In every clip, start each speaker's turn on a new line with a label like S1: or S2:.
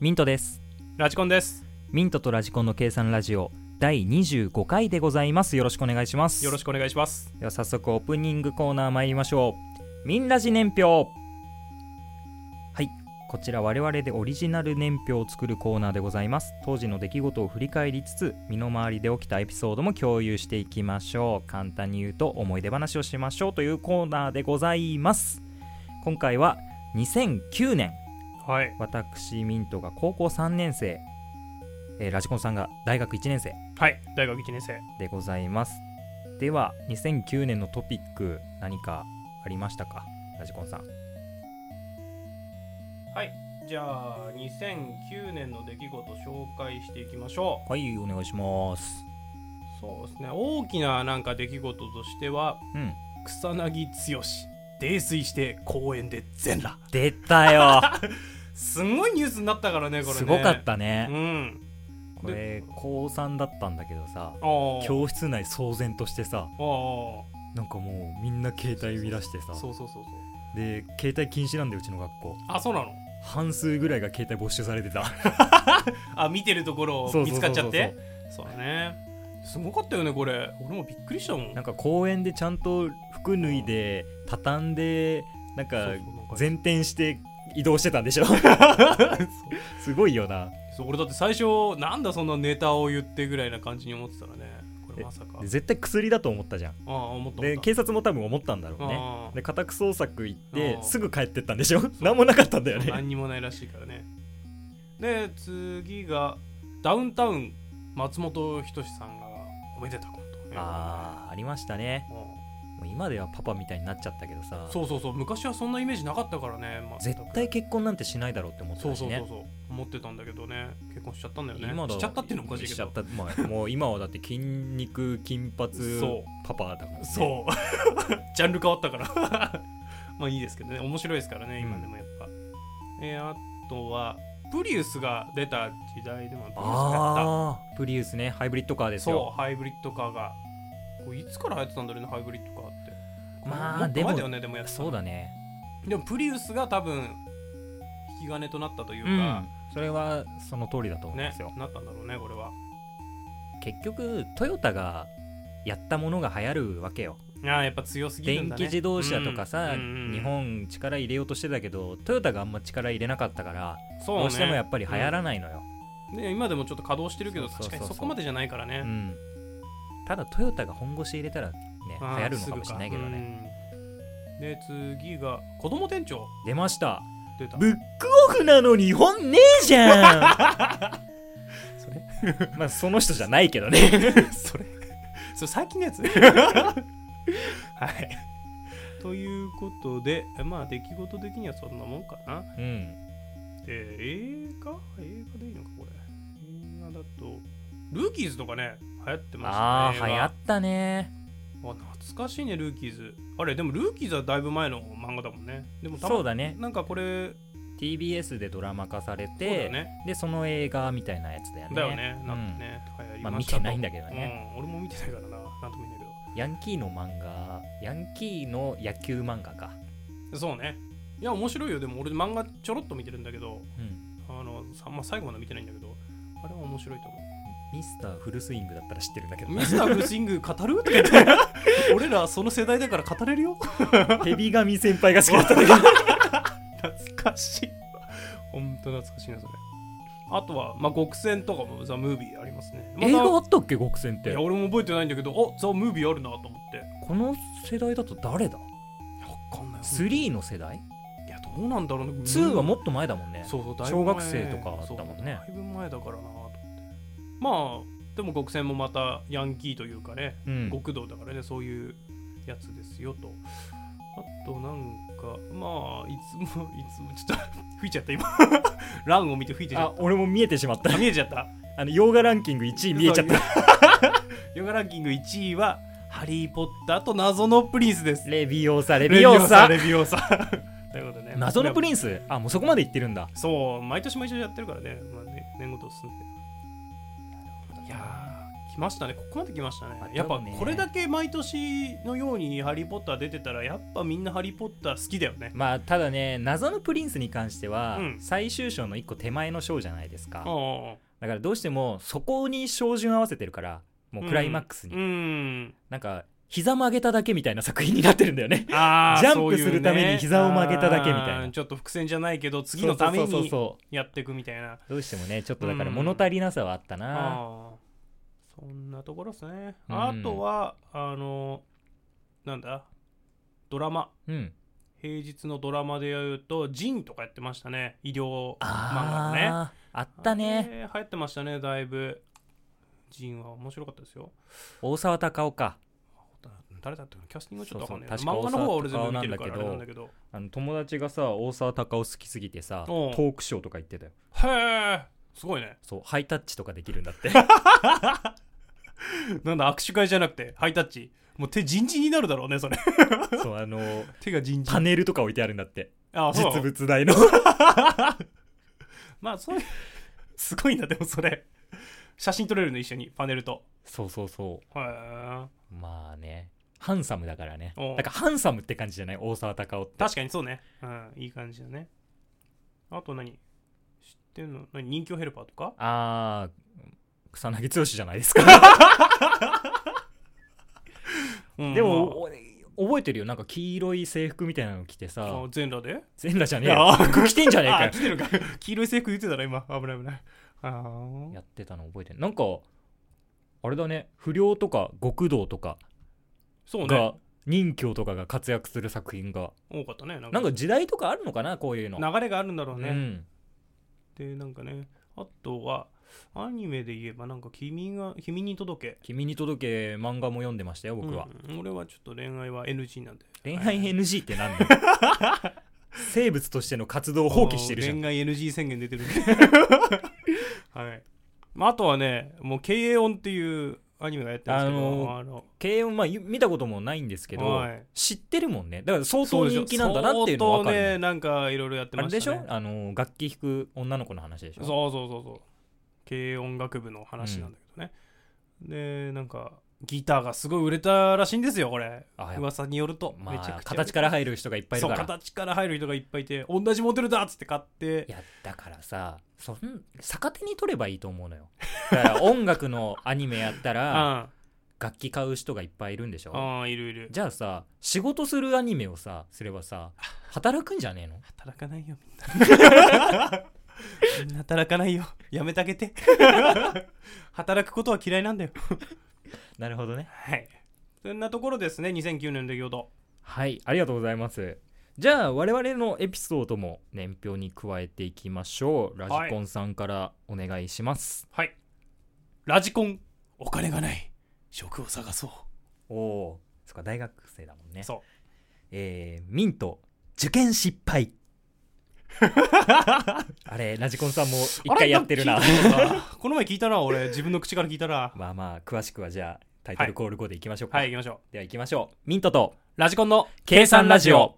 S1: ミントです
S2: ラジコンです
S1: ミントとラジコンの計算ラジオ第25回でございますよろしくお願いします
S2: よろしくお願いします
S1: では早速オープニングコーナー参りましょうミンラジ年表はいこちら我々でオリジナル年表を作るコーナーでございます当時の出来事を振り返りつつ身の回りで起きたエピソードも共有していきましょう簡単に言うと思い出話をしましょうというコーナーでございます今回は2009年
S2: はい
S1: 私ミントが高校3年生、えーラジコンさんが大学1年生
S2: はい大学1年生
S1: でございますでは2009年のトピック何かありましたかラジコンさん
S2: はいじゃあ2009年の出来事紹介していきましょう
S1: はいお願いします
S2: そうですね大きななんか出来事としては
S1: うん
S2: 草薙剛泥酔して公園で全裸
S1: 出たよ
S2: すごいニュースになったから ねこれね
S1: すごかった
S2: う
S1: ね
S2: ん
S1: これ高3だったんだけどさ
S2: ああ
S1: 教室内騒然としてさ
S2: ああ
S1: なんかもうみんな携帯見出してさ
S2: そうそうそうそう
S1: で携帯禁止なんだようちの学校
S2: あそうなの
S1: 半数ぐらいが携帯没収されてた
S2: あ見てるところ
S1: そうそうそうそう
S2: 見つかっちゃってそうだねすごかったよねこれ俺もびっくりしたもん
S1: なんか公園でちゃんと服脱いで畳んでなん
S2: そ
S1: か
S2: うそうなんか
S1: 前転して移動してたんでしょ すごいよな
S2: そう俺だって最初なんだそんなネタを言ってぐらいな感じに思ってたらねこれまさか
S1: で絶対薬だと思ったじゃん
S2: ああ思った思
S1: で
S2: った
S1: 警察も多分思ったんだろうね
S2: ああ
S1: で家宅捜索行って
S2: あー
S1: すぐ帰ってったんでしょ何もなかったんだよね
S2: 何にもないらしいからねで次がダウンタウン松本人志さんがおめでたこと、ね、
S1: あーありましたね
S2: う
S1: もう今ではパパみたいになっちゃったけどさ
S2: んそうそうそう昔はそんなイメージなかったからね、まあ
S1: 絶対結婚なんてしないだろうって思って
S2: そう
S1: た
S2: そ
S1: し
S2: うそう
S1: ね
S2: そう思ってたんだけどね結婚しちゃったんだよね
S1: 今だ
S2: しちゃったっていうのもおかしいけ
S1: しちゃ
S2: ど
S1: った、まあ、もう今はだって筋肉金髪
S2: そう
S1: パパだから、ね、
S2: そう ジャンル変わったから まあいいですけどね面白いですからね今でもやっぱ、えーあとはプリウスが出た時代でもプリウスがやっ
S1: ああプリウスねハイブリッドカーで
S2: た
S1: す
S2: そ
S1: よ
S2: うハイブリッドカーがこれいつから流行ってたんだろうねハイブリッドカーって
S1: まあ
S2: もっと
S1: でも
S2: 前だよねでもやってたの
S1: そうだね
S2: でもプリウスが多分引き金となったという
S1: う
S2: か
S1: ん、それはその通りだと思うんで
S2: ね
S1: すよ、
S2: なったんだろうねこれは
S1: 結局トヨタがやったものが流行るわけよ、
S2: いやーやっぱ強すぎる
S1: 電
S2: んだね
S1: 気自動車とかさ、
S2: うんうんうん
S1: 日本力入れようとしてたけどトヨタがあんま力入れなかったから
S2: そう、ね、
S1: どうしてもやっぱり流行らないのよ、
S2: ね、今でもちょっと稼働してるけど
S1: そうそうそう
S2: 確かにそこまでじゃないからね、
S1: うんただトヨタが本腰入れたらね流
S2: あー
S1: 行るのかもしれないけどね、
S2: すぐかうんで次が子供店長
S1: 出ました
S2: 出た
S1: ブックオフなのに本ねえじ ゃんそれ まあその人じゃないけどね
S2: それそれ最近の やつはいということでまあ出来事的にはそんなもんかな
S1: うん
S2: で映画映画でいいのかこれ映画だとルーキーズとかね流行ってま
S1: あ
S2: した
S1: あ
S2: ね
S1: 流行ったね
S2: あ懐かしいねルーキーズあれでもルーキーズはだいぶ前の漫画だもんねでもたま
S1: そうだね
S2: なんかこれ
S1: TBS でドラマ化され
S2: そうだ
S1: て、
S2: よね
S1: でその映画みたいなやつだよね
S2: だよね、
S1: うん
S2: なんかね、流行り
S1: まあ
S2: ま
S1: 見
S2: したと
S1: てないんだけどね、
S2: うん、俺も見てないからな、なんとも言えない
S1: ヤンキーの漫画ヤンキーの野球漫画か、
S2: けど。そうね。いや、面白いよ。でも俺、漫画ちょろっと見てるんだけど、
S1: うん、
S2: あの、さまあ、最後まで見てないんだけど、あれは面白いと思
S1: ミスターフルスイングだったら知ってるんだけど
S2: う。
S1: な
S2: ミスター・フルスイング語るとか 言って、俺らその世代だから語れるよ。
S1: ヘビ神先輩が好きだったんだ けど
S2: 懐かしい。ほんと懐かしいな、それ。あとは、まあ、極戦とかもザ・ムービーありますね。また
S1: 映画あったっけ極戦っ
S2: い
S1: て
S2: や、俺も覚えてないんだけど、おザ・ムービーあるなと思って。
S1: この世代だと誰だ
S2: わかんない。
S1: 3の世代
S2: いや、どうなんだろうね。
S1: 2はもっと前だもんね
S2: そうそうだいぶ
S1: 小
S2: 前
S1: 学生とかだったもんね
S2: そうだいぶ前だからなと思ってまあでも極戦もまたヤンキーというかね、
S1: うん
S2: 極道だからねそういうやつですよとあとなんかまあいつもいつもちょっと吹いちゃった今 ランを見て吹いてしま
S1: あ
S2: っ
S1: 俺も見えてしまったた
S2: あ見えちゃった
S1: あの洋画ランキング1位見えちゃっ
S2: そ
S1: た
S2: ヨガランキング1位は「ハリー・ポッターと謎のプリンス」です
S1: レビオーサレビオーサ
S2: レビオーサレビオーサ ということでね
S1: 謎のプ
S2: ン
S1: リンスあもうそこまで言ってるんだ
S2: そう毎年毎年やってるからね,、まあ、ね年ごと進んでいやー来ましたねここまで来ましたね
S1: あ
S2: やっぱ
S1: 多分ね
S2: これだけ毎年のように「ハリー・ポッター」出てたらやっぱみんな「ハリー・ポッター」好きだよね
S1: まあただね謎のプリンスに関しては、
S2: うん
S1: 最終章の一個手前の章じゃないですか、
S2: あ
S1: だからどうしてもそこに照準合わせてるからもうクライマックスに、
S2: う んうん
S1: なんか膝曲げただけみたいな作品になってるんだよね
S2: あー
S1: ジャンプ
S2: そういうね
S1: するために膝を曲げただけみたいな
S2: あーちょっと伏線じゃないけど次のた め
S1: そうそうそう
S2: に
S1: そう
S2: やっていくみたいな
S1: どうしてもねちょっとだから
S2: うん
S1: 物足りなさはあったな、
S2: あーそんなところですね、
S1: うん
S2: あとはあのなんだドラマ
S1: うん
S2: 平日のドラマで言うとジンとかやってましたね医療漫画のね
S1: あーあったね
S2: あれ流行ってましたねだいぶジンは面白かったですよ
S1: 大沢たかおか
S2: 誰だったかなキャスティングはちょっとわかんない
S1: そうそう
S2: 漫画の方は俺
S1: 確か
S2: 全部見てるからあ
S1: 大
S2: れ
S1: 沢た
S2: なん
S1: か
S2: だけど
S1: あの友達がさ大沢たかお好きすぎてさト
S2: おう
S1: ークショーとか行ってたよ
S2: へえすごいね
S1: そうハイタッチとかできるんだ って
S2: なんだ握手会じゃなくてハイタッチもう手人事になるだろうね それ
S1: そうあの
S2: 手が人事
S1: パネルとか置いてあるんだって
S2: あそう
S1: 実物大の
S2: まあそういうすごいなでもそれ写真撮れるの一緒にパネルと
S1: そうそうそ
S2: へえ
S1: うまあねハンサムだからね
S2: おう
S1: なんかハンサムって感じじゃない大沢たかおって
S2: 確かにそうねうんいい感じだねあと何知ってんの何人気ヘルパーとか
S1: あー草薙剛じゃないですか
S2: うん
S1: でも、お覚えてるよなんか黄色い制服みたいなの着て
S2: まあ
S1: さ
S2: あ全裸で
S1: 全裸じゃねえ
S2: いやあ
S1: よ服着てんじゃねえか
S2: あ
S1: よ
S2: 来てるか 黄色い制服言ってたら今危ない危ないあー
S1: やってたの覚えてるなんかあれだね不良とか極道とか
S2: そうね
S1: が任侠とかが活躍する作品が
S2: 多かったねな
S1: な
S2: んか
S1: んか時代とかあるのかなこういうの
S2: 流れがあるんだろうね、
S1: うん
S2: でなんかねあとはアニメで言えばなんか君が「君に届け
S1: 君に届け漫画も読んでましたよ」僕は、
S2: うん俺はちょっと恋愛は NG なんで
S1: 恋愛 NG ってなんだよ 生物としての活動を
S2: を
S1: 放棄してるじゃん
S2: 恋愛 NG 宣言 出てるはい、まあ、あとはねもう「経営音」っていうアニメがやってますけど
S1: あのー
S2: あの
S1: 慶応まあゆ見たこともないんですけど
S2: はい
S1: 知ってるもんねだから相
S2: そ
S1: 当
S2: うでしょ
S1: 人気なんだなっていうのは分かる
S2: 相
S1: も
S2: 当
S1: ん、
S2: ねなんかいろいろやって
S1: あ
S2: ま
S1: れ
S2: したね
S1: でしょあの楽器弾く女の子の話でしょ
S2: そうそうそうそう軽音楽部の話なんだけどね、でなんかギターがすごい売れたらしいんですよこれ
S1: あやっぱ
S2: 噂によると、
S1: ま
S2: めちゃ
S1: あ
S2: くちゃ
S1: 形から入る人がいっぱいいる
S2: そう
S1: から
S2: 形から入る人がいっぱいいて同じモデルだっつって買って
S1: いやだからさそん逆手に取ればいいと思うのよだから音楽のアニメやった ら楽器買う人がいっぱいいるんでし
S2: う
S1: ょ
S2: ん、うん、いるいる
S1: じゃあさ仕事するアニメをさすればさ働くんじゃねえの
S2: 働かないよ みんなみんな働かないよやめてあげ て働くことは嫌いなんだよ
S1: なるほどね
S2: はいそんなところですね2009年の出来事
S1: はいありがとうございますじゃあ我々のエピソードも年表に加えていきましょうラジコンさんからお願いします、
S2: はいラジコンお金がない職を探そう
S1: おおーそっか大学生だもんね
S2: そう
S1: えー、ミント受験失 敗あれラジコンさんも一回やってるな
S2: あれなんか聞いたことあるこの前聞いたな俺自分の口から聞いたな
S1: まあまあ詳しくはじゃあタイトルコール5でいきましょうか、
S2: はい行きましょ
S1: では行きましょうミントと
S2: うラジコンの
S1: 計算ラジオ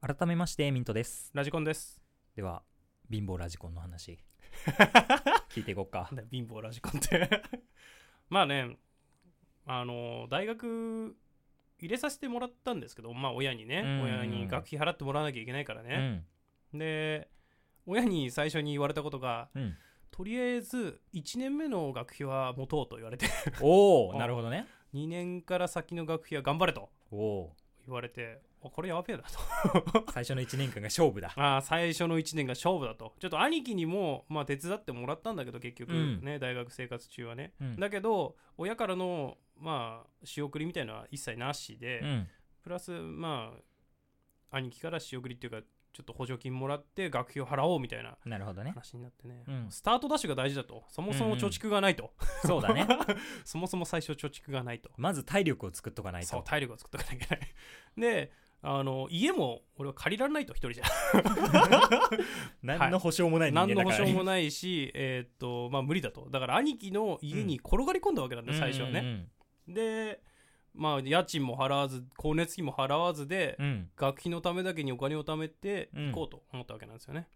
S1: 改めましてミントです
S2: ラジコンです
S1: では貧乏ラジコンの 話聞いていこうか
S2: なんだよ貧乏ラジコンって まあねあの大学入れさせてもらったんですけどまあ親にね、
S1: うん
S2: 親に学費払ってもらわなきゃいけないから
S1: う
S2: ね、
S1: ん
S2: で親に最初に言われたことが
S1: うん
S2: とりあえず1年目の学費は持とうと言われて
S1: おお
S2: あ
S1: なるほどね
S2: 2年から先の学費は頑張れと
S1: おお
S2: 言われてあこれやべえなと
S1: ー最初の1年間が勝負だ
S2: あー最初の1年が勝負だとちょっと兄貴にも、まあ、手伝ってもらったんだけど結
S1: う
S2: 局
S1: ん
S2: ね、大学生活中はね
S1: うん
S2: だけど親からのまあ仕送りみたいのは一切なしで、
S1: うん
S2: プラスまあ兄貴から仕送りっていうかちょっと補助金もらって学費を払おうみたいな
S1: なるほど ね
S2: 話になってね、
S1: うん
S2: スタートダッシュが大事だとそもそも貯蓄がないと、
S1: そうだね
S2: そもそも最初貯蓄がないと
S1: まず体力を作っとかない
S2: そう
S1: と
S2: 体力を作っとかなきゃいけないであの家も俺は借りられないと一人じゃ
S1: 何の保証もない人間
S2: 何
S1: だ
S2: の
S1: から
S2: 保
S1: ね
S2: 証もないしえーっとまあ無理だとだから兄貴の家に転がり込んだわけなんだよ、最初はね、
S1: うんうんうん
S2: でまあ、家賃も払わず光熱費も払わずで、
S1: うん
S2: 学費のためだけにお金を貯めて
S1: うん
S2: 行こうと思ったわけなんですよね、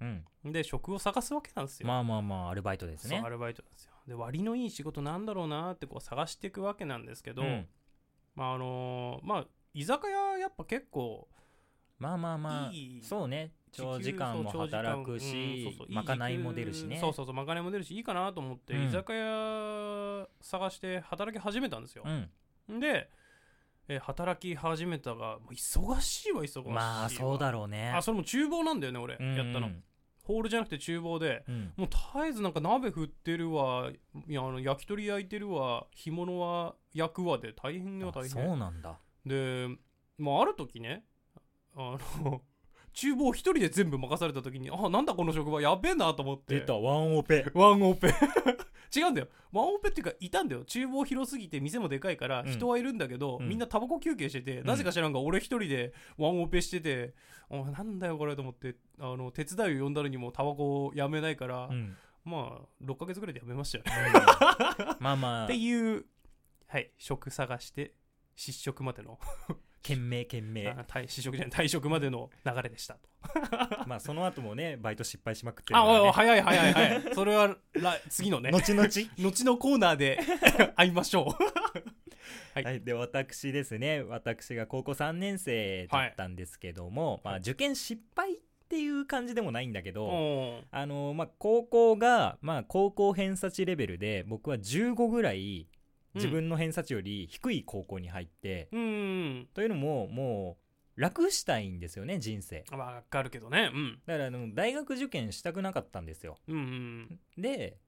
S1: うん
S2: で職を探すわけなんですよ、
S1: まあまあまあアルバイトです
S2: そう
S1: ね
S2: アルバイトなんですよで割のいい仕事なんだろうなってこう探していくわけなんですけど、
S1: うん
S2: まああのーまあ居酒屋やっぱ結構
S1: まあまあまあ
S2: いい
S1: そうね長
S2: 時
S1: 時
S2: 給
S1: 間も
S2: そう長時間
S1: 働く
S2: うん
S1: し
S2: そうそう
S1: まかないも出るし
S2: いい時
S1: ね
S2: 給そうそうそうまかないも出るしいいかなと思って、
S1: うん
S2: 居酒屋探して働き始めたんですよ、
S1: うん
S2: で、えー働き始めたがもう忙しいわ忙しいわ
S1: まあそうだろうね
S2: あそれも厨房なんだよね俺、
S1: うん
S2: やったのホールじゃなくて厨房で
S1: うん
S2: もう絶えずなんか鍋振ってるわいやあの焼き鳥焼いてるわ干物は焼くわで大変よ
S1: あ
S2: 大
S1: そう
S2: 変
S1: なんだ
S2: で、まあ、ある時ねあの 厨房一人で全部任された時にあなんだこの職場やべえなと思って
S1: ワンオペ
S2: ワンオペ 違うんだよワンオペっていうかいたんだよ厨房広すぎて店もでかいから
S1: うん
S2: 人はいるんだけど、
S1: うん
S2: みんなタバコ休憩してて、
S1: ん
S2: なぜか知らんが俺一人でワンオペしてて、おなんだよこれと思ってあの手伝いを呼んだのにもタバコをやめないから、
S1: う ん
S2: まあ6ヶ月ぐらいでやめましたよね、
S1: まあま
S2: っ
S1: あ
S2: ていうはい職探して失職までの
S1: 懸命懸 命
S2: あ退失職じゃない退職までの流れでしたと
S1: まあその後もねバイト失敗しまくってる
S2: あ
S1: からね
S2: おいおい早い早い早 いそれは来次のね
S1: 後々
S2: 後のコーナ ーで会いましょうはい
S1: はい、で私ですね私が高校3年生だったんですけども、まあ、受験失敗っていう感じでもないんだけど、
S2: うん
S1: あのまあ、高校が、まあ、高校偏差値レベルで僕は15ぐらい自分の偏差値より低い高校に入って、
S2: うん
S1: というのももう楽したいんですよね人生
S2: わ、かるけどねうん
S1: だからあの大学受験したくなかったんですよ
S2: うん
S1: で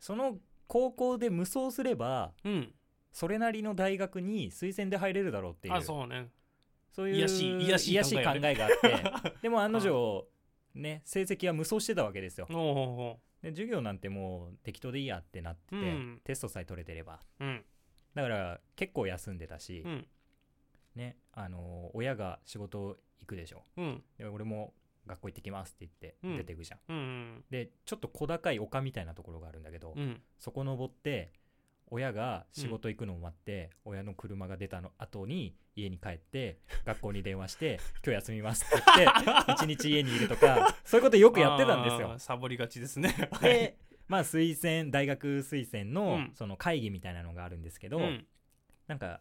S1: その高校で無双すれば
S2: うんうん
S1: それなりの大学に推薦で入れるだろうっていう
S2: あそうね
S1: そういう
S2: いやしいいやしい
S1: いやしい考
S2: 考え
S1: えがあってでも案の定、ね、成績は無双してたわけですよ
S2: おうお
S1: で授業なんてもう適当でいいやってなってて、
S2: うん
S1: テストさえ取れてれば
S2: うおううん
S1: だから結構休んでたし、
S2: うん
S1: ねあのー親が仕事行くでしょ
S2: うん
S1: で俺も学校行ってきますって言
S2: う
S1: って
S2: ん
S1: 出てくじゃん、
S2: うん
S1: でちょっと小高い丘みたいなところがあるんだけど、
S2: うん
S1: そこ登って親が仕事行くのを待って、親の車が出たの後に家に帰っ て学校に電話して「今日休みます」って言って一日家にいるとかそういうことよくやってたんです
S2: あ
S1: よ
S2: ー。サボりがちですねはい
S1: でまあ推薦大学推薦の
S2: うん
S1: その会議みたいなのがあるんですけど、
S2: うん
S1: なんか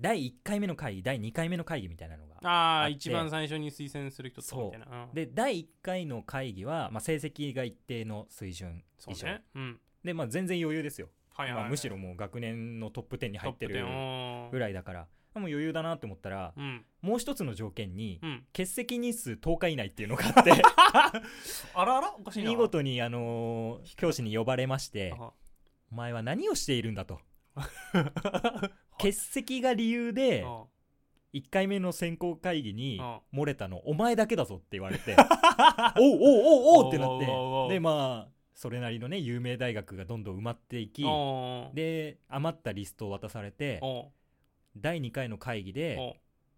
S1: 第1回目の会議第2回目の会議みたいなのが
S2: あ
S1: あ
S2: あ
S1: って
S2: 一番最初に推薦する人とみたいなうん
S1: で第1回の会議は、まあ、成績が一定の水準
S2: そう
S1: 以上、
S2: ねうん
S1: で、まあ、全然余裕ですよ、
S2: はいはい、
S1: まあ、むしろもう学年のトップ10に入ってる
S2: トップ10
S1: ぐらいだからもう余裕だなって思ったら
S2: うん
S1: もう一つの条件に
S2: うん
S1: 欠席日数10日以内っていうのがあ って
S2: あらあらおかしいな
S1: 見事に、あのー教師に呼ばれまして
S2: あ
S1: 「お前は何をしているんだ」と。 欠席が理由で
S2: あ
S1: 1回目の選考会議に
S2: あ
S1: 漏れたのお前だけだぞって言われ ておうおうおうおうってな
S2: おうおうお
S1: っ
S2: う
S1: てでまあそれなりのね有名大学がどんどん埋まっていき
S2: ああ
S1: で余ったリストを渡されて
S2: おう
S1: 第2回の会議で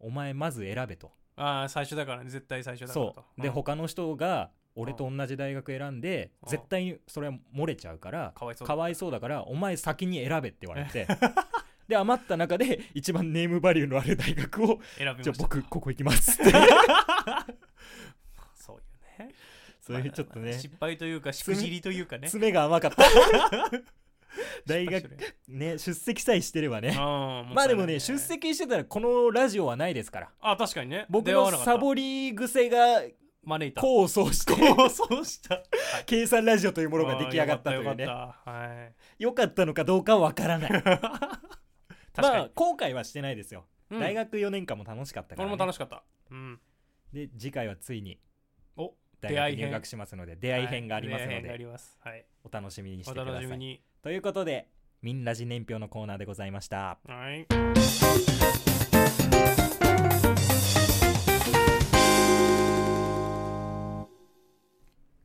S2: おう
S1: お前まず選べと
S2: ああ最初だからね絶対最初だから
S1: そ
S2: と
S1: うで
S2: ん
S1: 他の人が俺と同じ大学選んで
S2: うん
S1: 絶対にそれは漏れちゃうから
S2: かわいそうだ
S1: かわいそうだからお前先に選べって言われて で余った中で一番ネームバリューのある大学を
S2: 選びま
S1: じ
S2: した
S1: ゃあ僕ここ行き ますって
S2: そうよね
S1: そういうちょっとね
S2: 失敗というかしくじりというかね
S1: 爪が甘かった 大
S2: 失
S1: 学
S2: 敗してる
S1: ね出席さえしてればね
S2: あ ー
S1: まあでも
S2: ったいない
S1: ね出席してたらこのラジオはないですから
S2: あ確かにね
S1: 僕
S2: 出会わ
S1: の
S2: なかった
S1: サボり癖が
S2: 招いた
S1: 功を奏して
S2: 構想した
S1: 計算ラジオというものが出来上がったとい
S2: あー
S1: う
S2: よ
S1: ね
S2: かったよかっ たはい
S1: 良かったのかどうかはわから ない
S2: 確か
S1: まあ後悔はしてないですよ、
S2: に
S1: 大
S2: 学
S1: 学4年間も楽しかったか
S2: 俺
S1: ら、ね、
S2: も楽しかったうん
S1: で次回はついに
S2: お
S1: 大
S2: 出会
S1: 学
S2: い編
S1: 入学しますので出会い編があります
S2: は
S1: の
S2: い出会い編があり
S1: で
S2: ますはい
S1: お楽しみにして
S2: お
S1: くだ
S2: 楽
S1: さ
S2: しみ
S1: い
S2: に
S1: ということで「みんラジ年表」のコーナーでございました
S2: はい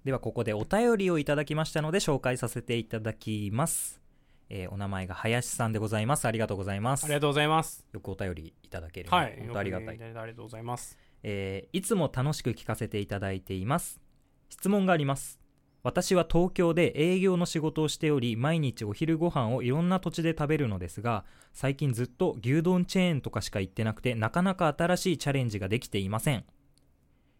S1: ではここでお便りをいただきましたので紹介させていただきます、えーお名前が林さんでございますありがとうございます
S2: ありがとうございます
S1: よくお便りいただけるので
S2: はい
S1: 本当ありがた
S2: よ
S1: い
S2: く、ねありがとうございます
S1: えーいつも楽しく聞かせていただいています質問があります私は東京で営業の仕事をしており毎日お昼ご飯をいろんな土地で食べるのですが最近ずっと牛丼チェーンとかしか行ってなくてなかなか新しいチャレンジができていません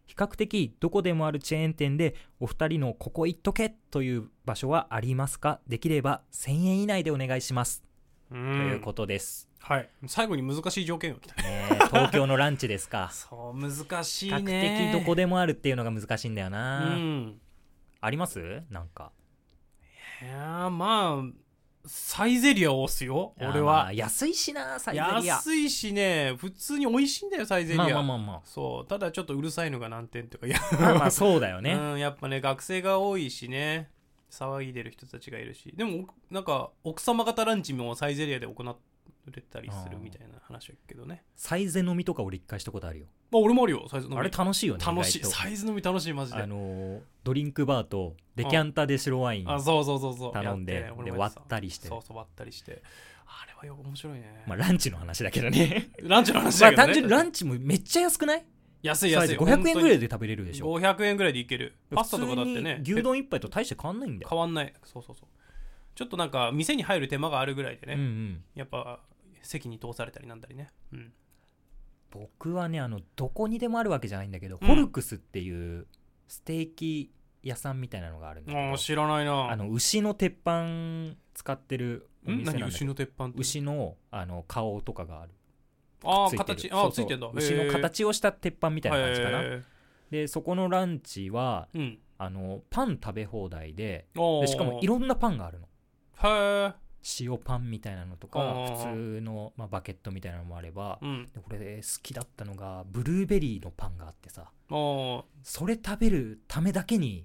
S1: 比較的どこでもあるチェーン店でお二人のここ行っとけという場所はありますかできれば1000円以内でお願いします、
S2: う
S1: と
S2: ん
S1: いうことです、
S2: はい最後に難しい条件が来たね
S1: ねえ、東京のランチですか
S2: そう難し
S1: 比
S2: い
S1: 較
S2: ね
S1: 的どこでもあるっていうのが難しいんだよ
S2: う
S1: な、
S2: ん
S1: ありますなんか
S2: いやーまあサイゼリアを押すよ俺
S1: あ
S2: は
S1: ー安いしなサイゼリア
S2: 安いしね普通に美味しいんだよサイゼリ
S1: ま
S2: ア
S1: あまあまあま
S2: そうただちょっとうるさいのが難点とかいや
S1: あまあまあそうだよね、
S2: うん、やっぱね学生が多いしね騒いでる人たちがいるしでもおなんか奥様方ランチもサイゼリアで行われたりするみたいな話を聞くけどね
S1: サイゼ飲みとか俺一回したことあるよ
S2: まあ俺もあるよサイズ飲み
S1: あれ楽しいよね
S2: 楽しい
S1: 意外と
S2: サイズ飲み楽しいマジで
S1: あのードリンクバーとデキャンタで白ワイン
S2: あそうそうそうそう
S1: 頼んで
S2: やって俺
S1: で
S2: もや
S1: 割
S2: て
S1: ったりして
S2: そうそう割ったりしてあれはよ面白いね、
S1: まあランチの話だけどね
S2: ランチの 話
S1: ま
S2: だ
S1: あ
S2: けど、ね、
S1: 単純にランチもめっちゃ安くない
S2: 安い
S1: サイ
S2: 安
S1: ズ
S2: い
S1: 500円ぐらい
S2: で
S1: で食べれるでしょ
S2: 500円ぐらいでいけるパスタとかだってね
S1: 普通に牛丼一杯と大して変わんないんだよ
S2: 変わんないそうそうそうちょっとなんか店に入る手間があるぐらいでね、
S1: うんうん
S2: やっぱ席に通されたりなんだりね、うん、
S1: 僕はねあのどこにでもあるわけじゃないんだけど、
S2: うん
S1: ホルクスっていうステーキ屋さんみたいなのがあるんだけど
S2: ああ知らないな
S1: あの牛の鉄板使ってるお
S2: ん
S1: 店なんだけ
S2: 何
S1: ど
S2: 牛の鉄板って
S1: 牛のあの顔とかがある
S2: ああ
S1: ついてる
S2: 形ああ
S1: そう
S2: つ
S1: そう
S2: いてんだ
S1: 牛の形をした鉄板み
S2: み
S1: たいな感じかな、
S2: な
S1: でそこのランチは
S2: うん
S1: あのパン食べ放題で
S2: お
S1: で
S2: ー
S1: しかもいろんなパンがあるの
S2: へ
S1: 塩パンみたいなのと
S2: あー
S1: か普通の、まあ、バケットみたいなのもあれば
S2: えうん
S1: で俺好きだったのがブルーベリーのパンがあってさ
S2: あー
S1: それ食べるためだけに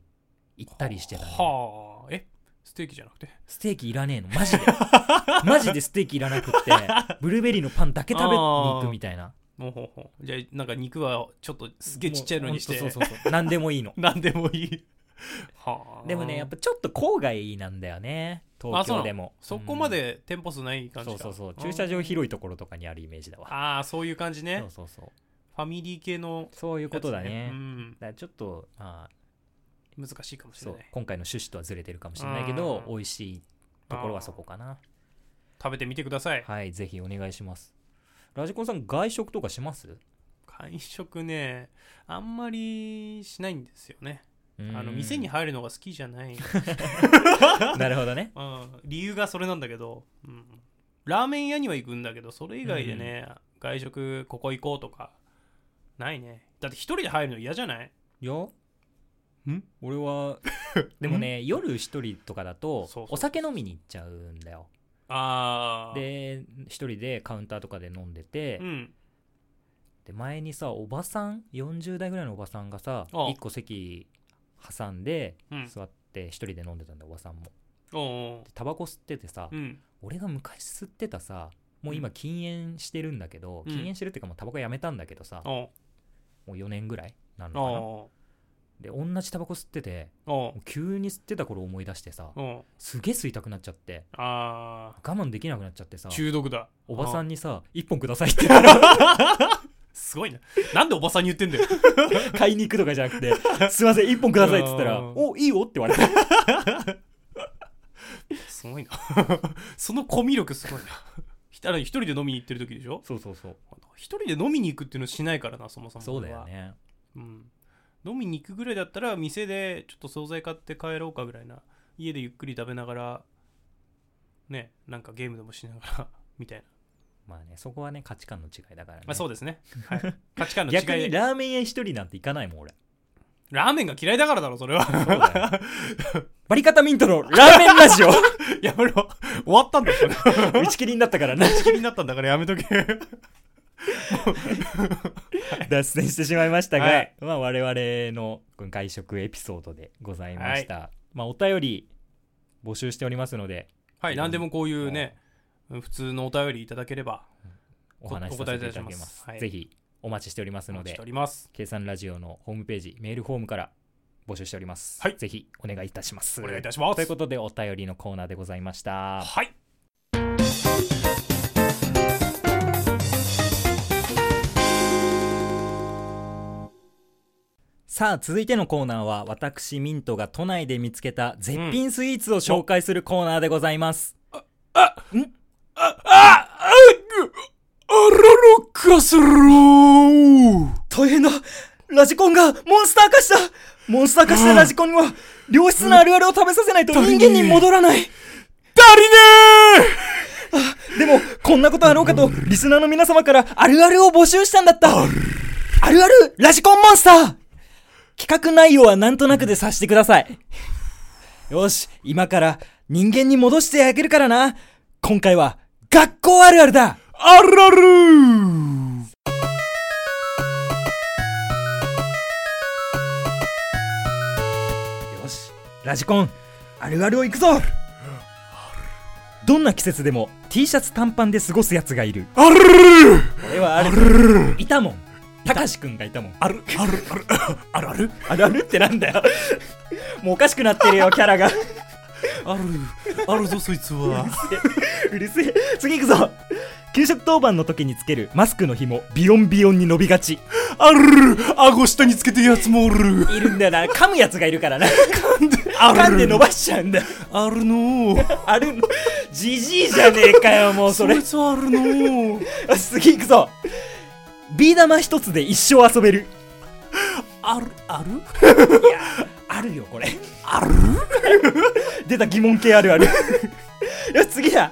S1: 行ったりしてたのね
S2: はあえステーキじゃなくて
S1: ステーキいらねえのマジ でマジでステーキいらなくってブルーベリーのパンだけ食べに行くみたいな
S2: ほうほうほうじゃあなんか肉はちょっとすげえちっちゃいのにして
S1: もうほんとそうそうそう何でもいい の
S2: 何でもいいはあ
S1: でもねやっぱちょっと郊外なんだよね東京でも
S2: そこま、で店舗数な
S1: う
S2: い
S1: ん
S2: 感じ
S1: そう
S2: か
S1: そうそう駐車場広いところとかにあるイメージだわ
S2: ああそういう感じね
S1: そうそうそう
S2: ファミリー系の
S1: そういう
S2: やつ
S1: ことだね
S2: うん
S1: だからちょっとまあ
S2: 難しいかもし
S1: そ
S2: れ
S1: う
S2: ない
S1: 今回の趣旨とはずれてるかもしれないけど
S2: うん
S1: 美味しいところはそこかな
S2: 食べてみてください
S1: はいぜひお願いしますラジコンさん外食とかします
S2: 外食ねあんまりしないんですよねあの
S1: うん
S2: 店に入るのが好きじゃない、
S1: なるほどね
S2: うん、理由がそれなんだけど、うん、ラーメン屋には行くんだけどそれ以外でね、外食ここ行こうとかないねだって一人で入るの嫌じゃない
S1: いや
S2: ん
S1: 俺は でもね夜一人とかだと
S2: そうそう
S1: お酒飲みに行っちゃうんだよ
S2: あー
S1: で一人でカウンターとかで飲んでて、
S2: うん
S1: で前にさおばさん40代ぐらいのおばさんがさ
S2: ああ
S1: 1個席挟んで
S2: うん
S1: 座って一人で飲んでたんだおばさんも
S2: おうおう
S1: でタバコ吸っててさ、
S2: うん
S1: 俺が昔吸ってたさもう今
S2: う
S1: 禁煙してるんだけど、
S2: うん
S1: 禁煙してるっていうかもうタバコやめたんだけどさ、
S2: おう
S1: もう4年ぐらいなのかな
S2: お
S1: で同じタバコ吸ってて
S2: うお
S1: もう急に吸ってた頃思い出してさ
S2: うおう
S1: すげえ吸いたくなっちゃって
S2: あ
S1: 我慢できなくなっちゃってさ
S2: ー中毒だ
S1: おば
S2: あ
S1: さ
S2: ー
S1: んにさ1本くださいって 言ったら
S2: すごいななんでおばさんに言ってんだよ
S1: 買いに行くとかじゃなくて「すいません1本ください」って言ったら
S2: う
S1: 「
S2: ん
S1: おいいよ」って言われ た
S2: すごいな。 そのコミュ力すごいな。ひあの一人で飲みに行ってる時でしょ
S1: そうそうそう
S2: 一人で飲みに行くっていうのしないからな、そもそも。
S1: そうだよね
S2: 俺は。うん。飲みに行くぐらいだったら、店でちょっと惣菜買って帰ろうかぐらいな。家でゆっくり食べながら、ね、なんかゲームでもしながら、みたいな。
S1: まあねそこはね価値観の違いだからね
S2: まあそうですね。はい、価値観の違
S1: 逆に
S2: いで。
S1: ラーメン屋一人なんて行かないもん俺
S2: ラーメンが嫌いだからだろ、それは。
S1: そうだよバリカタミントのラーメンラ ジオ
S2: やめろ。終わったんだよ、それ。
S1: 打ち切りになったからね
S2: 打ち切りになったんだからやめとけ。
S1: 脱線してしまいましたが、
S2: はい
S1: まあ我々の外食エピソードでございました、まあお便り募集しておりますので
S2: はい、なんでもこういうね、普通のお便りいただければ、
S1: お話しさせていただ
S2: お答えいた
S1: き
S2: し
S1: ま
S2: ますすはい
S1: ぜひお待ちしております
S2: お
S1: の
S2: 待ちし
S1: で
S2: ております。
S1: 計算ラジオのホームページメールフォームから募集しております、
S2: はい
S1: ぜひお願いいたします
S2: お願いいたします。
S1: ということでお便りのコーナーでございました
S2: はい。
S1: さあ続いてのコーナーは私ミントが都内で見つけた絶品スイーツを紹介するコーナーでございます、
S2: あ、あ、あ、ぐあらろかすろー
S1: 大変だラジコンがモンスター化したモンスター化したラジコンには良質なあるあるを食べさせないと人間に戻らない
S2: 足
S1: で
S2: りね
S1: もこんなことあろうかとリスナーの皆様からあるあるを募集したんだったあるあるラジコンモンスター企画内容はなんとなくで察してくださいよし今から人間に戻してあげるからな今回は学校あるあるだ
S2: えあらるー
S1: よしラジコンあるあるを行くぞどんな季節でも T シャツ短パンで過ごすやつがいる
S2: あらる
S1: これはあるいたもんたかしくんがいたもん
S2: ある、ある、ある、あるある
S1: あるあるってなんだよもうおかしくなってるよキャラが
S2: ある、あるぞそいつは。
S1: うるせえ次行くぞ給食当番の時につけるマスクの紐ビヨンビヨンに伸びがち
S2: ある、顎下につけてるやつもおる。
S1: いるんだよな噛むやつがいるからな
S2: あ
S1: 噛んで伸ばしちゃうんだよ
S2: あるのー。
S1: あるのじじいじゃねえかよもうそ
S2: そ
S1: れ
S2: いつはあるのー。
S1: よし次行くぞビー玉一つで一生遊べる
S2: ある、ある
S1: いやあるよこれ
S2: ある
S1: 出た疑問系あるあ るよし次だ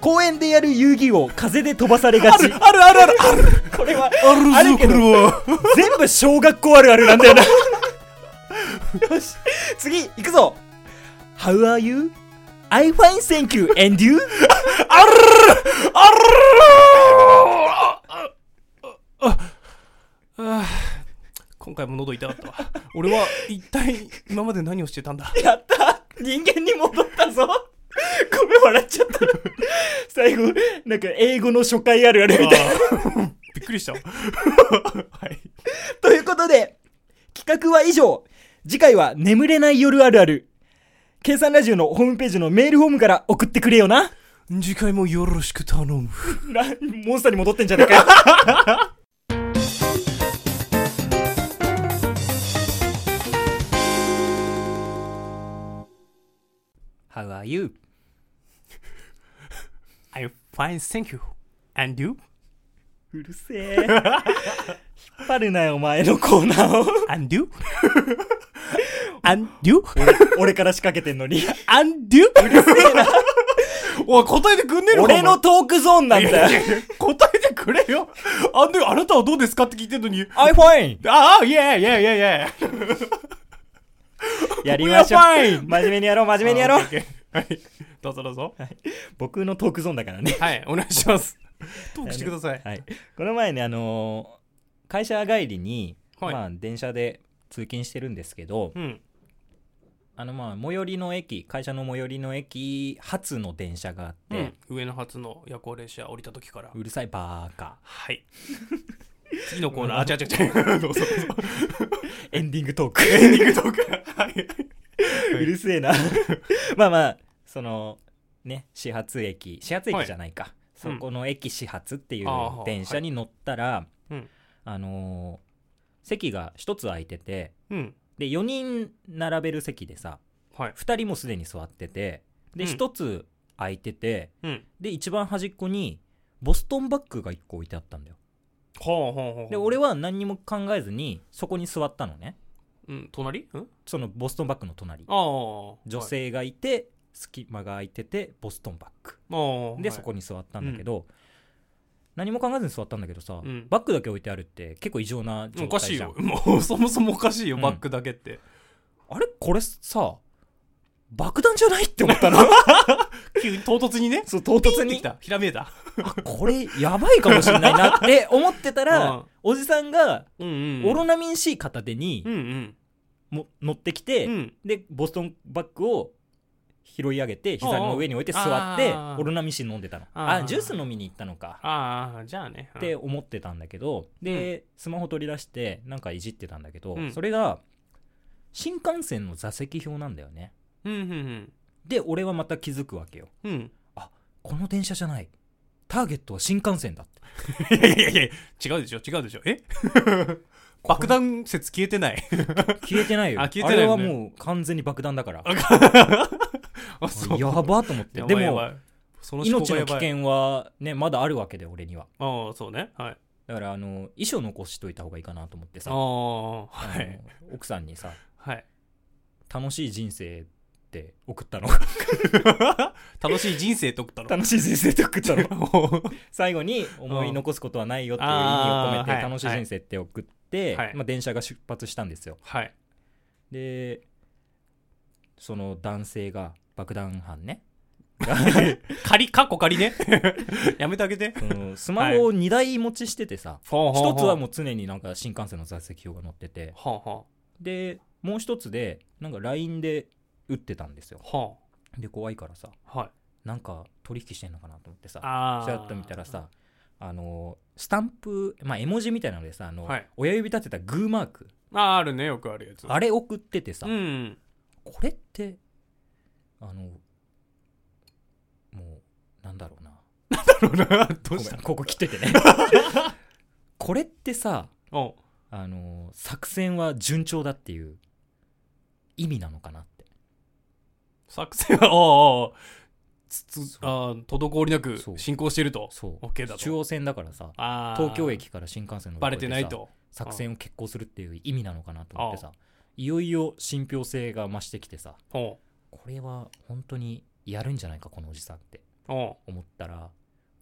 S1: 公園でやる遊戯王風で飛ばされが
S2: あ
S1: ち
S2: る、ある、ある、ある、ある
S1: これはあ
S2: ある
S1: る
S2: ぞ
S1: け
S2: これ
S1: ど
S2: は。
S1: 全部小学校あるあるなん だよなよし次行くぞ How are you? I fine thank you and you?
S2: ある、あるあああ今回も喉痛かったわ。俺は一体今まで何をしてたんだ
S1: やった人間に戻ったぞごめん笑っちゃった最後なんか英語の初回あるあるみたいな
S2: びっくりしたわ。はい。
S1: ということで企画は以上次回は眠れない夜あるある計算ラジオのホームページのメールフォームから送ってくれよな
S2: 次回もよろしく頼む。
S1: なモンスターに戻ってんじゃねえかよ「How are you?
S2: I'm fine, thank you. And you?」
S1: うるせえ引っ張るなよお前のコーナー を
S2: And you? And you?
S1: 俺から仕掛けてんのに
S2: And you? おい、答えてくんねえのか
S1: 俺のトークゾーンな
S2: お
S1: ん
S2: 前
S1: だよ
S2: いやいや答えてくれよ And you? あなたはどうですかって聞いてるのに。
S1: I'm fine!
S2: ああ、イェイイェイイェイイェイ
S1: やりましょう
S2: We are fine
S1: 真面目にやろう真面目にやろう
S2: あオッケーオッケーはい。どうぞどうぞ。
S1: 僕のトークゾーンだからね
S2: はい、お願いします。トークしてください。
S1: はい、この前ね、あのー会社帰りに、
S2: はい
S1: まあ、電車で通勤してるんですけど、
S2: うん。
S1: あのまあ最寄りの駅会社の最寄りの駅発の電車があっ
S2: う
S1: て
S2: ん、上野初の夜行列車降りた時から
S1: う。るさいバーカ
S2: はい。 次のコーナー、あ、違う違う違う。 どうぞどうぞ。
S1: エンディングトーク
S2: エンディングトーク。はい。
S1: うるせえな まあまあそのね始発駅始発駅じゃないか、そこの駅始発っていう
S2: あー
S1: 電車に乗ったら、
S2: うん
S1: あのー席が一つ空いてて
S2: うん。
S1: で4人並べる席でさ、
S2: はい。
S1: 2人もすでに座っててで
S2: うん
S1: 1つ空いてて、
S2: うん。
S1: で一番端っこにボストンバッグが1個置いてあったんだよ
S2: ほうほうほう。
S1: で俺、は何にも考えずにそこに座ったのね
S2: うん、隣うん
S1: そのボストンバッグの隣
S2: ああ。
S1: 女。性がいて隙間が空いててボストンバッグ
S2: ああ。
S1: でそこに座ったんだけど何も考えずに座ったんだけどさ
S2: うん
S1: バッグだけ置いてあるって結構異常な
S2: はい。
S1: 状
S2: おか
S1: 態
S2: しい
S1: じゃん
S2: よ。もう、 そもそもおかしいよ、
S1: うん
S2: バックだけって。
S1: あれこれさ爆弾じゃないって思 ったの
S2: 急に唐突に ね。
S1: そう唐突
S2: ピンってき
S1: に
S2: た。ひらめいた。
S1: あこれやばいかもしれないなって思ってたら、
S2: うん
S1: おじさんが
S2: うん
S1: オロナミン C 片手に
S2: うんうん。
S1: も、乗ってきて、
S2: うん。
S1: でボストンバッグを拾い上げて膝の上に置いて座っ
S2: あ
S1: て
S2: ーあー
S1: オロナミン C 飲んでたの
S2: あ
S1: あ
S2: ー
S1: ジュース飲みに行ったのか
S2: ああ、じゃあね。うん
S1: って思ってたんだけどで、スマホ取り出してなんかいじってたんだけど、
S2: うん
S1: それが新幹線の座席表なんだよね
S2: うんうん
S1: で俺はまた気づくわけよ
S2: う ん。うん。
S1: この電車じゃない ターゲットは新幹線だって
S2: いやいやいや違うでしょ違うでしょえ 爆弾説消えてない
S1: 消えてないよ
S2: あ
S1: あ
S2: 消えてない
S1: れ
S2: よ
S1: は
S2: ね
S1: もう完全に爆弾だから
S2: あ そう
S1: やばと思って
S2: やばい
S1: で
S2: や
S1: も
S2: ばいその思考
S1: 命の
S2: がや
S1: 危
S2: ばい
S1: 険はねまだあるわけで俺には
S2: ああそうねはい
S1: だからあの遺書残しといた方がいいかなと思って
S2: あ
S1: さ
S2: あ
S1: あの
S2: はい
S1: 奥さんにさ
S2: はい
S1: 楽しい人生って送 ったの
S2: 楽しい人生とったの
S1: 楽しい人生って送ったの
S2: は
S1: 最後に思い残すことはないよっていう意味を込め
S2: あー
S1: て楽しい人生って送って、
S2: はい
S1: まあ、電車が出発したんですよ
S2: い
S1: でその男性が爆弾犯ね
S2: 仮かっこ仮ね やめてあげて
S1: そ のスマホを2台持ちしててさ、
S2: 一
S1: 一つはもう常になんか新幹線の座席表が載ってて
S2: はあは
S1: でもう一つでなんか LINE で打ってたんですよ
S2: あは
S1: で怖いからさ
S2: あはい
S1: なんか取引してんのかなと思ってさ
S2: あ
S1: ちらっと見たらさあのスタンプ、まあ、絵文字みたいなのでさあの、
S2: はい
S1: 親指立てたグーマーク
S2: あああるねよくあるやつ
S1: あれ送っててさ、
S2: うん
S1: これってあのもうなんだろうな
S2: どう
S1: ごめ
S2: し
S1: ん
S2: た
S1: ここ切ってて ねこれってさ
S2: おう
S1: あの作戦は順調だっていう意味なのかなって
S2: 作戦は おうおうつつ
S1: そう
S2: あー滞りなく
S1: そう
S2: 進行していると
S1: そう
S2: OK だと
S1: 中央線だからさ
S2: あー
S1: 東京駅から新幹線の
S2: バレてない
S1: ところでさ
S2: と
S1: 作戦を決行するっていう意味なのかなと思ってさいよいよ信憑性が増してきてさ
S2: おう
S1: これは本当にやるんじゃないかこのおじさんって
S2: おう
S1: 思ったら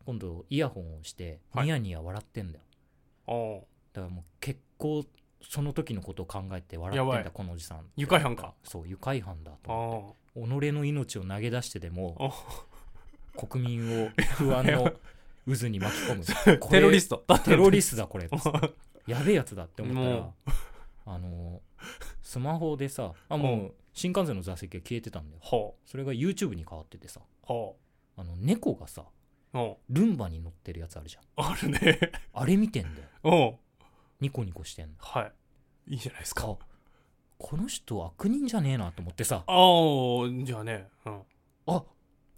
S1: 今度イヤホンをして
S2: はい
S1: ニヤニヤ笑ってんだよ、
S2: おう
S1: だからもう結構その時のことを考えて笑って
S2: や
S1: ん
S2: ば
S1: だ
S2: い
S1: このおじさん
S2: 愉快犯か
S1: そう愉快犯だと思って
S2: おう
S1: 己の命を投げ出してでも
S2: おう
S1: 国民を不 安の渦に巻き込むこれ
S2: テロリスト
S1: テロ
S2: リ
S1: リストだこ れやべえやつだって思ったら
S2: も
S1: あのスマホでさあもう新幹線の座席が消えてたんだよ
S2: ほ
S1: それが YouTube に変わっててさ
S2: うほ
S1: あの猫がさ
S2: うおう
S1: ルンバに乗ってるやつあるじゃん
S2: あるね
S1: あれ見てんだよ
S2: おう
S1: ニコニコしてんの
S2: はいいいじゃないですか
S1: あこの人悪人じゃねえなと思ってさ
S2: ああじゃあねうん
S1: あ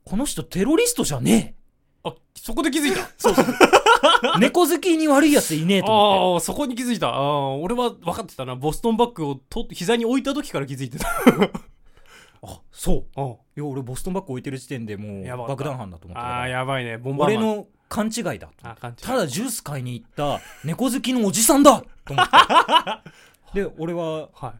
S1: この人テロリストじゃね
S2: あそこで気づい た
S1: え猫好きに悪いやついねえと思っ
S2: ああそこに気づいたああ俺は分かってたなボストンバッグをと膝に置いた時から気づい てた
S1: てあそう
S2: お
S1: いや俺ボストンバッグ置いてる時点でも
S2: やば
S1: う
S2: かっ
S1: 爆
S2: た
S1: 弾犯だと思ってたか
S2: ああ
S1: ら
S2: やばいねボンバー
S1: 俺
S2: マン
S1: の勘違いだと
S2: あ勘違い
S1: ただジュース買いに行った猫好きのおじさんだと思って で俺は
S2: は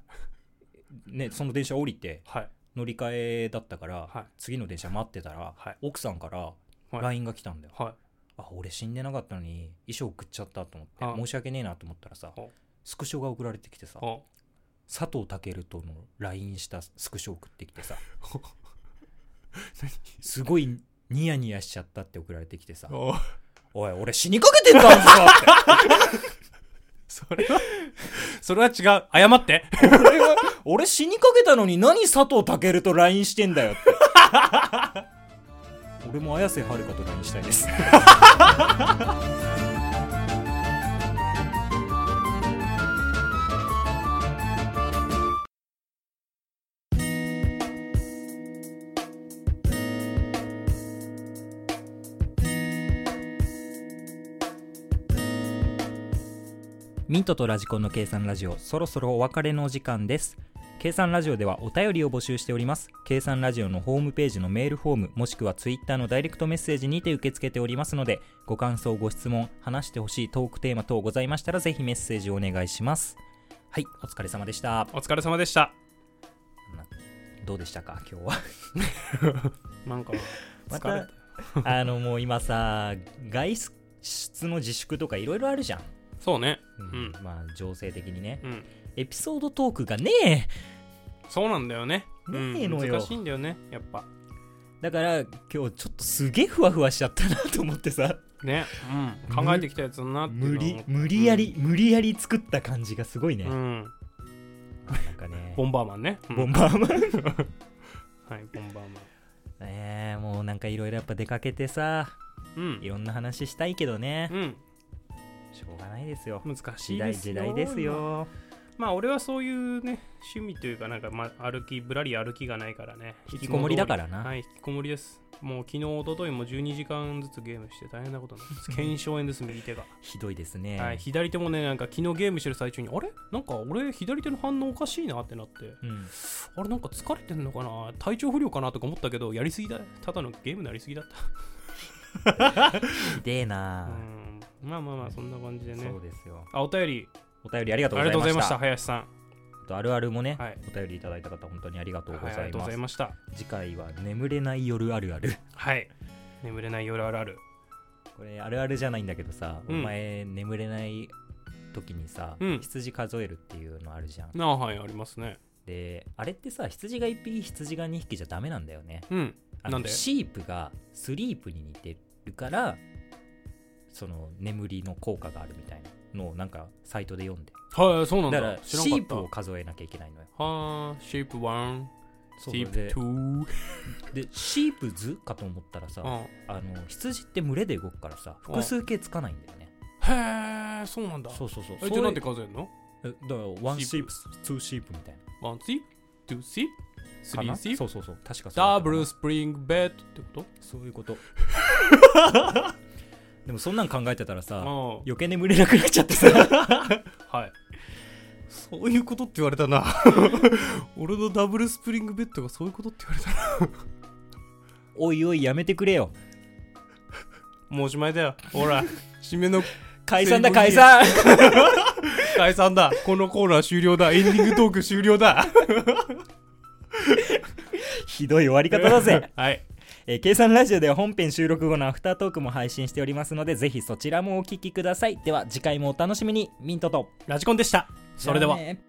S2: い
S1: ねその電車降りて
S2: はい
S1: 乗り換えだったから、
S2: はい
S1: 次の電車待ってたら、
S2: はい
S1: 奥さんから
S2: い
S1: LINE が来たんだよ、
S2: はい
S1: あ俺死んでなかったのに衣装送っちゃったと思って
S2: あ
S1: 申し訳ねえなと思ったらさ
S2: あ
S1: スクショが送られてきてさ
S2: お
S1: 佐藤健との LINE したスクショ送ってきて さすごいニヤニヤしちゃったって送られてきてさ
S2: お
S1: おい俺死にかけてたんすかって
S2: それはそれは違う謝って
S1: 俺は俺死にかけたのに何佐藤健と LINE してんだよ って俺も綾瀬はるかと LINE したいですミントとラジコンの計算ラジオそろそろお別れのお時間です計算ラジオではお便りを募集しております計算ラジオのホームページのメールフォームもしくはツイッターのダイレクトメッセージにて受け付けておりますのでご感想ご質問話してほしいトークテーマ等ございましたらぜひメッセージをお願いしますはいお疲れ様でした
S2: お疲れ様でした
S1: どうでしたか今日は
S2: なんか
S1: ま
S2: 疲れ
S1: た
S2: た
S1: あのもう今さ外出の自粛とかいろいろあるじゃん、
S2: そうね
S1: うんまあ情勢的にね
S2: うん
S1: エピソードトークがねえ
S2: そうなんだよねうん
S1: ねえのよ
S2: 難しいんだよねやっぱ
S1: だから今日ちょっとすげえふわふわしちゃったなと思ってさ
S2: ねうん考えてきたやつだなってい
S1: 無
S2: うのは思
S1: 理
S2: った
S1: 無理やり、無理やり作った感じがすごいね、
S2: うん
S1: なんかね
S2: ボンバーマンねうん
S1: ボンバーマン ね
S2: はいボンバーマン
S1: えもうなんかいろいろやっぱ出かけてさ
S2: うん
S1: いろんな話したいけどね
S2: うん
S1: しょうがないですよ
S2: 難
S1: 時
S2: しいで
S1: 代
S2: す
S1: 時
S2: よ
S1: 代ですよ
S2: まあ俺はそういうね趣味というかなんか、まあ、歩きぶらり歩きがないからね
S1: 引きこもりだから
S2: いつも通
S1: な、
S2: りはい引きこもりですもう昨日一昨日も12時間ずつゲームして大変なことになっ てます腱鞘炎です右手が、
S1: ひどいですね、
S2: はい、左手もねなんか昨日ゲームしてる最中にあれなんか俺左手の反応おかしいなってなって
S1: うん、
S2: あれなんか疲れてんのかな体調不良かなとか思ったけどやりすぎだただのゲームのやりすぎだった
S1: ひでえな
S2: う、んまあまあまあそんな感じでね
S1: そうですよ
S2: あお便り
S1: お便りありがとう
S2: あ
S1: ご
S2: り
S1: ざ
S2: が
S1: いま
S2: とうござい
S1: し
S2: ましたた林さん
S1: あるあるもね、
S2: はい
S1: お便りいただいた方本当にありがとうご
S2: はいあ
S1: ざ
S2: りが
S1: い
S2: とう
S1: ま
S2: ご
S1: す,、
S2: ざいました
S1: 次回は眠れない夜あるある
S2: はい眠れない夜あるある
S1: これあるあるじゃないんだけどさ、
S2: うん
S1: お前眠れない時にさ、
S2: うん
S1: 羊数えるっていうのあるじゃん
S2: あはいありますね
S1: であれってさ羊が1匹羊が2匹じゃダメなんだよね
S2: うん
S1: あの
S2: なんで
S1: シープがスリープに似てるからその眠りの効果があるみたいなのをなんかサイトで読んで
S2: はいそうな
S1: だ
S2: ん
S1: か
S2: だ
S1: ら
S2: 知ら
S1: シ
S2: な
S1: ープ
S2: か
S1: を
S2: っ
S1: 数えなきゃいけないのよ
S2: たはあシープ1シ
S1: そう
S2: ープ
S1: で
S2: 2
S1: でシープ図かと思ったらさ
S2: うん
S1: あの羊って群れで動くからさ複数形つかないんだよね
S2: へえそうなんだ
S1: そうそうそうそ
S2: えじゃあ
S1: れ
S2: なんて数えるの
S1: えだからワンシ
S2: シ
S1: ー
S2: ー
S1: プ
S2: プ
S1: ツーシープみたいな
S2: ?1 シープ2シープ
S1: かな
S2: 3シー
S1: そ
S2: プ
S1: うそうそう確かそうだったな
S2: ダブルスプリングベッドってこと
S1: そういうこと でもそんなん考えてたらさ
S2: あ
S1: 余計眠れなくなっちゃってさ
S2: あはいそういうことって言われたな 俺のダブルスプリングベッドがそういうことって言われたな
S1: おいおいやめてくれよ
S2: もうおしまいだよほら 締めの
S1: 解散だ解散
S2: 解散だこのコーナー終了だエンディングトーク終了 だ
S1: ひどい終わり方だ ぜ、
S2: はい
S1: えー、計算ラジオでは本編収録後のアフタートークも配信しておりますのでぜひそちらもお聞きくださいでは次回もお楽しみにミントと
S2: ラジコンでしたそれでは
S1: じゃあね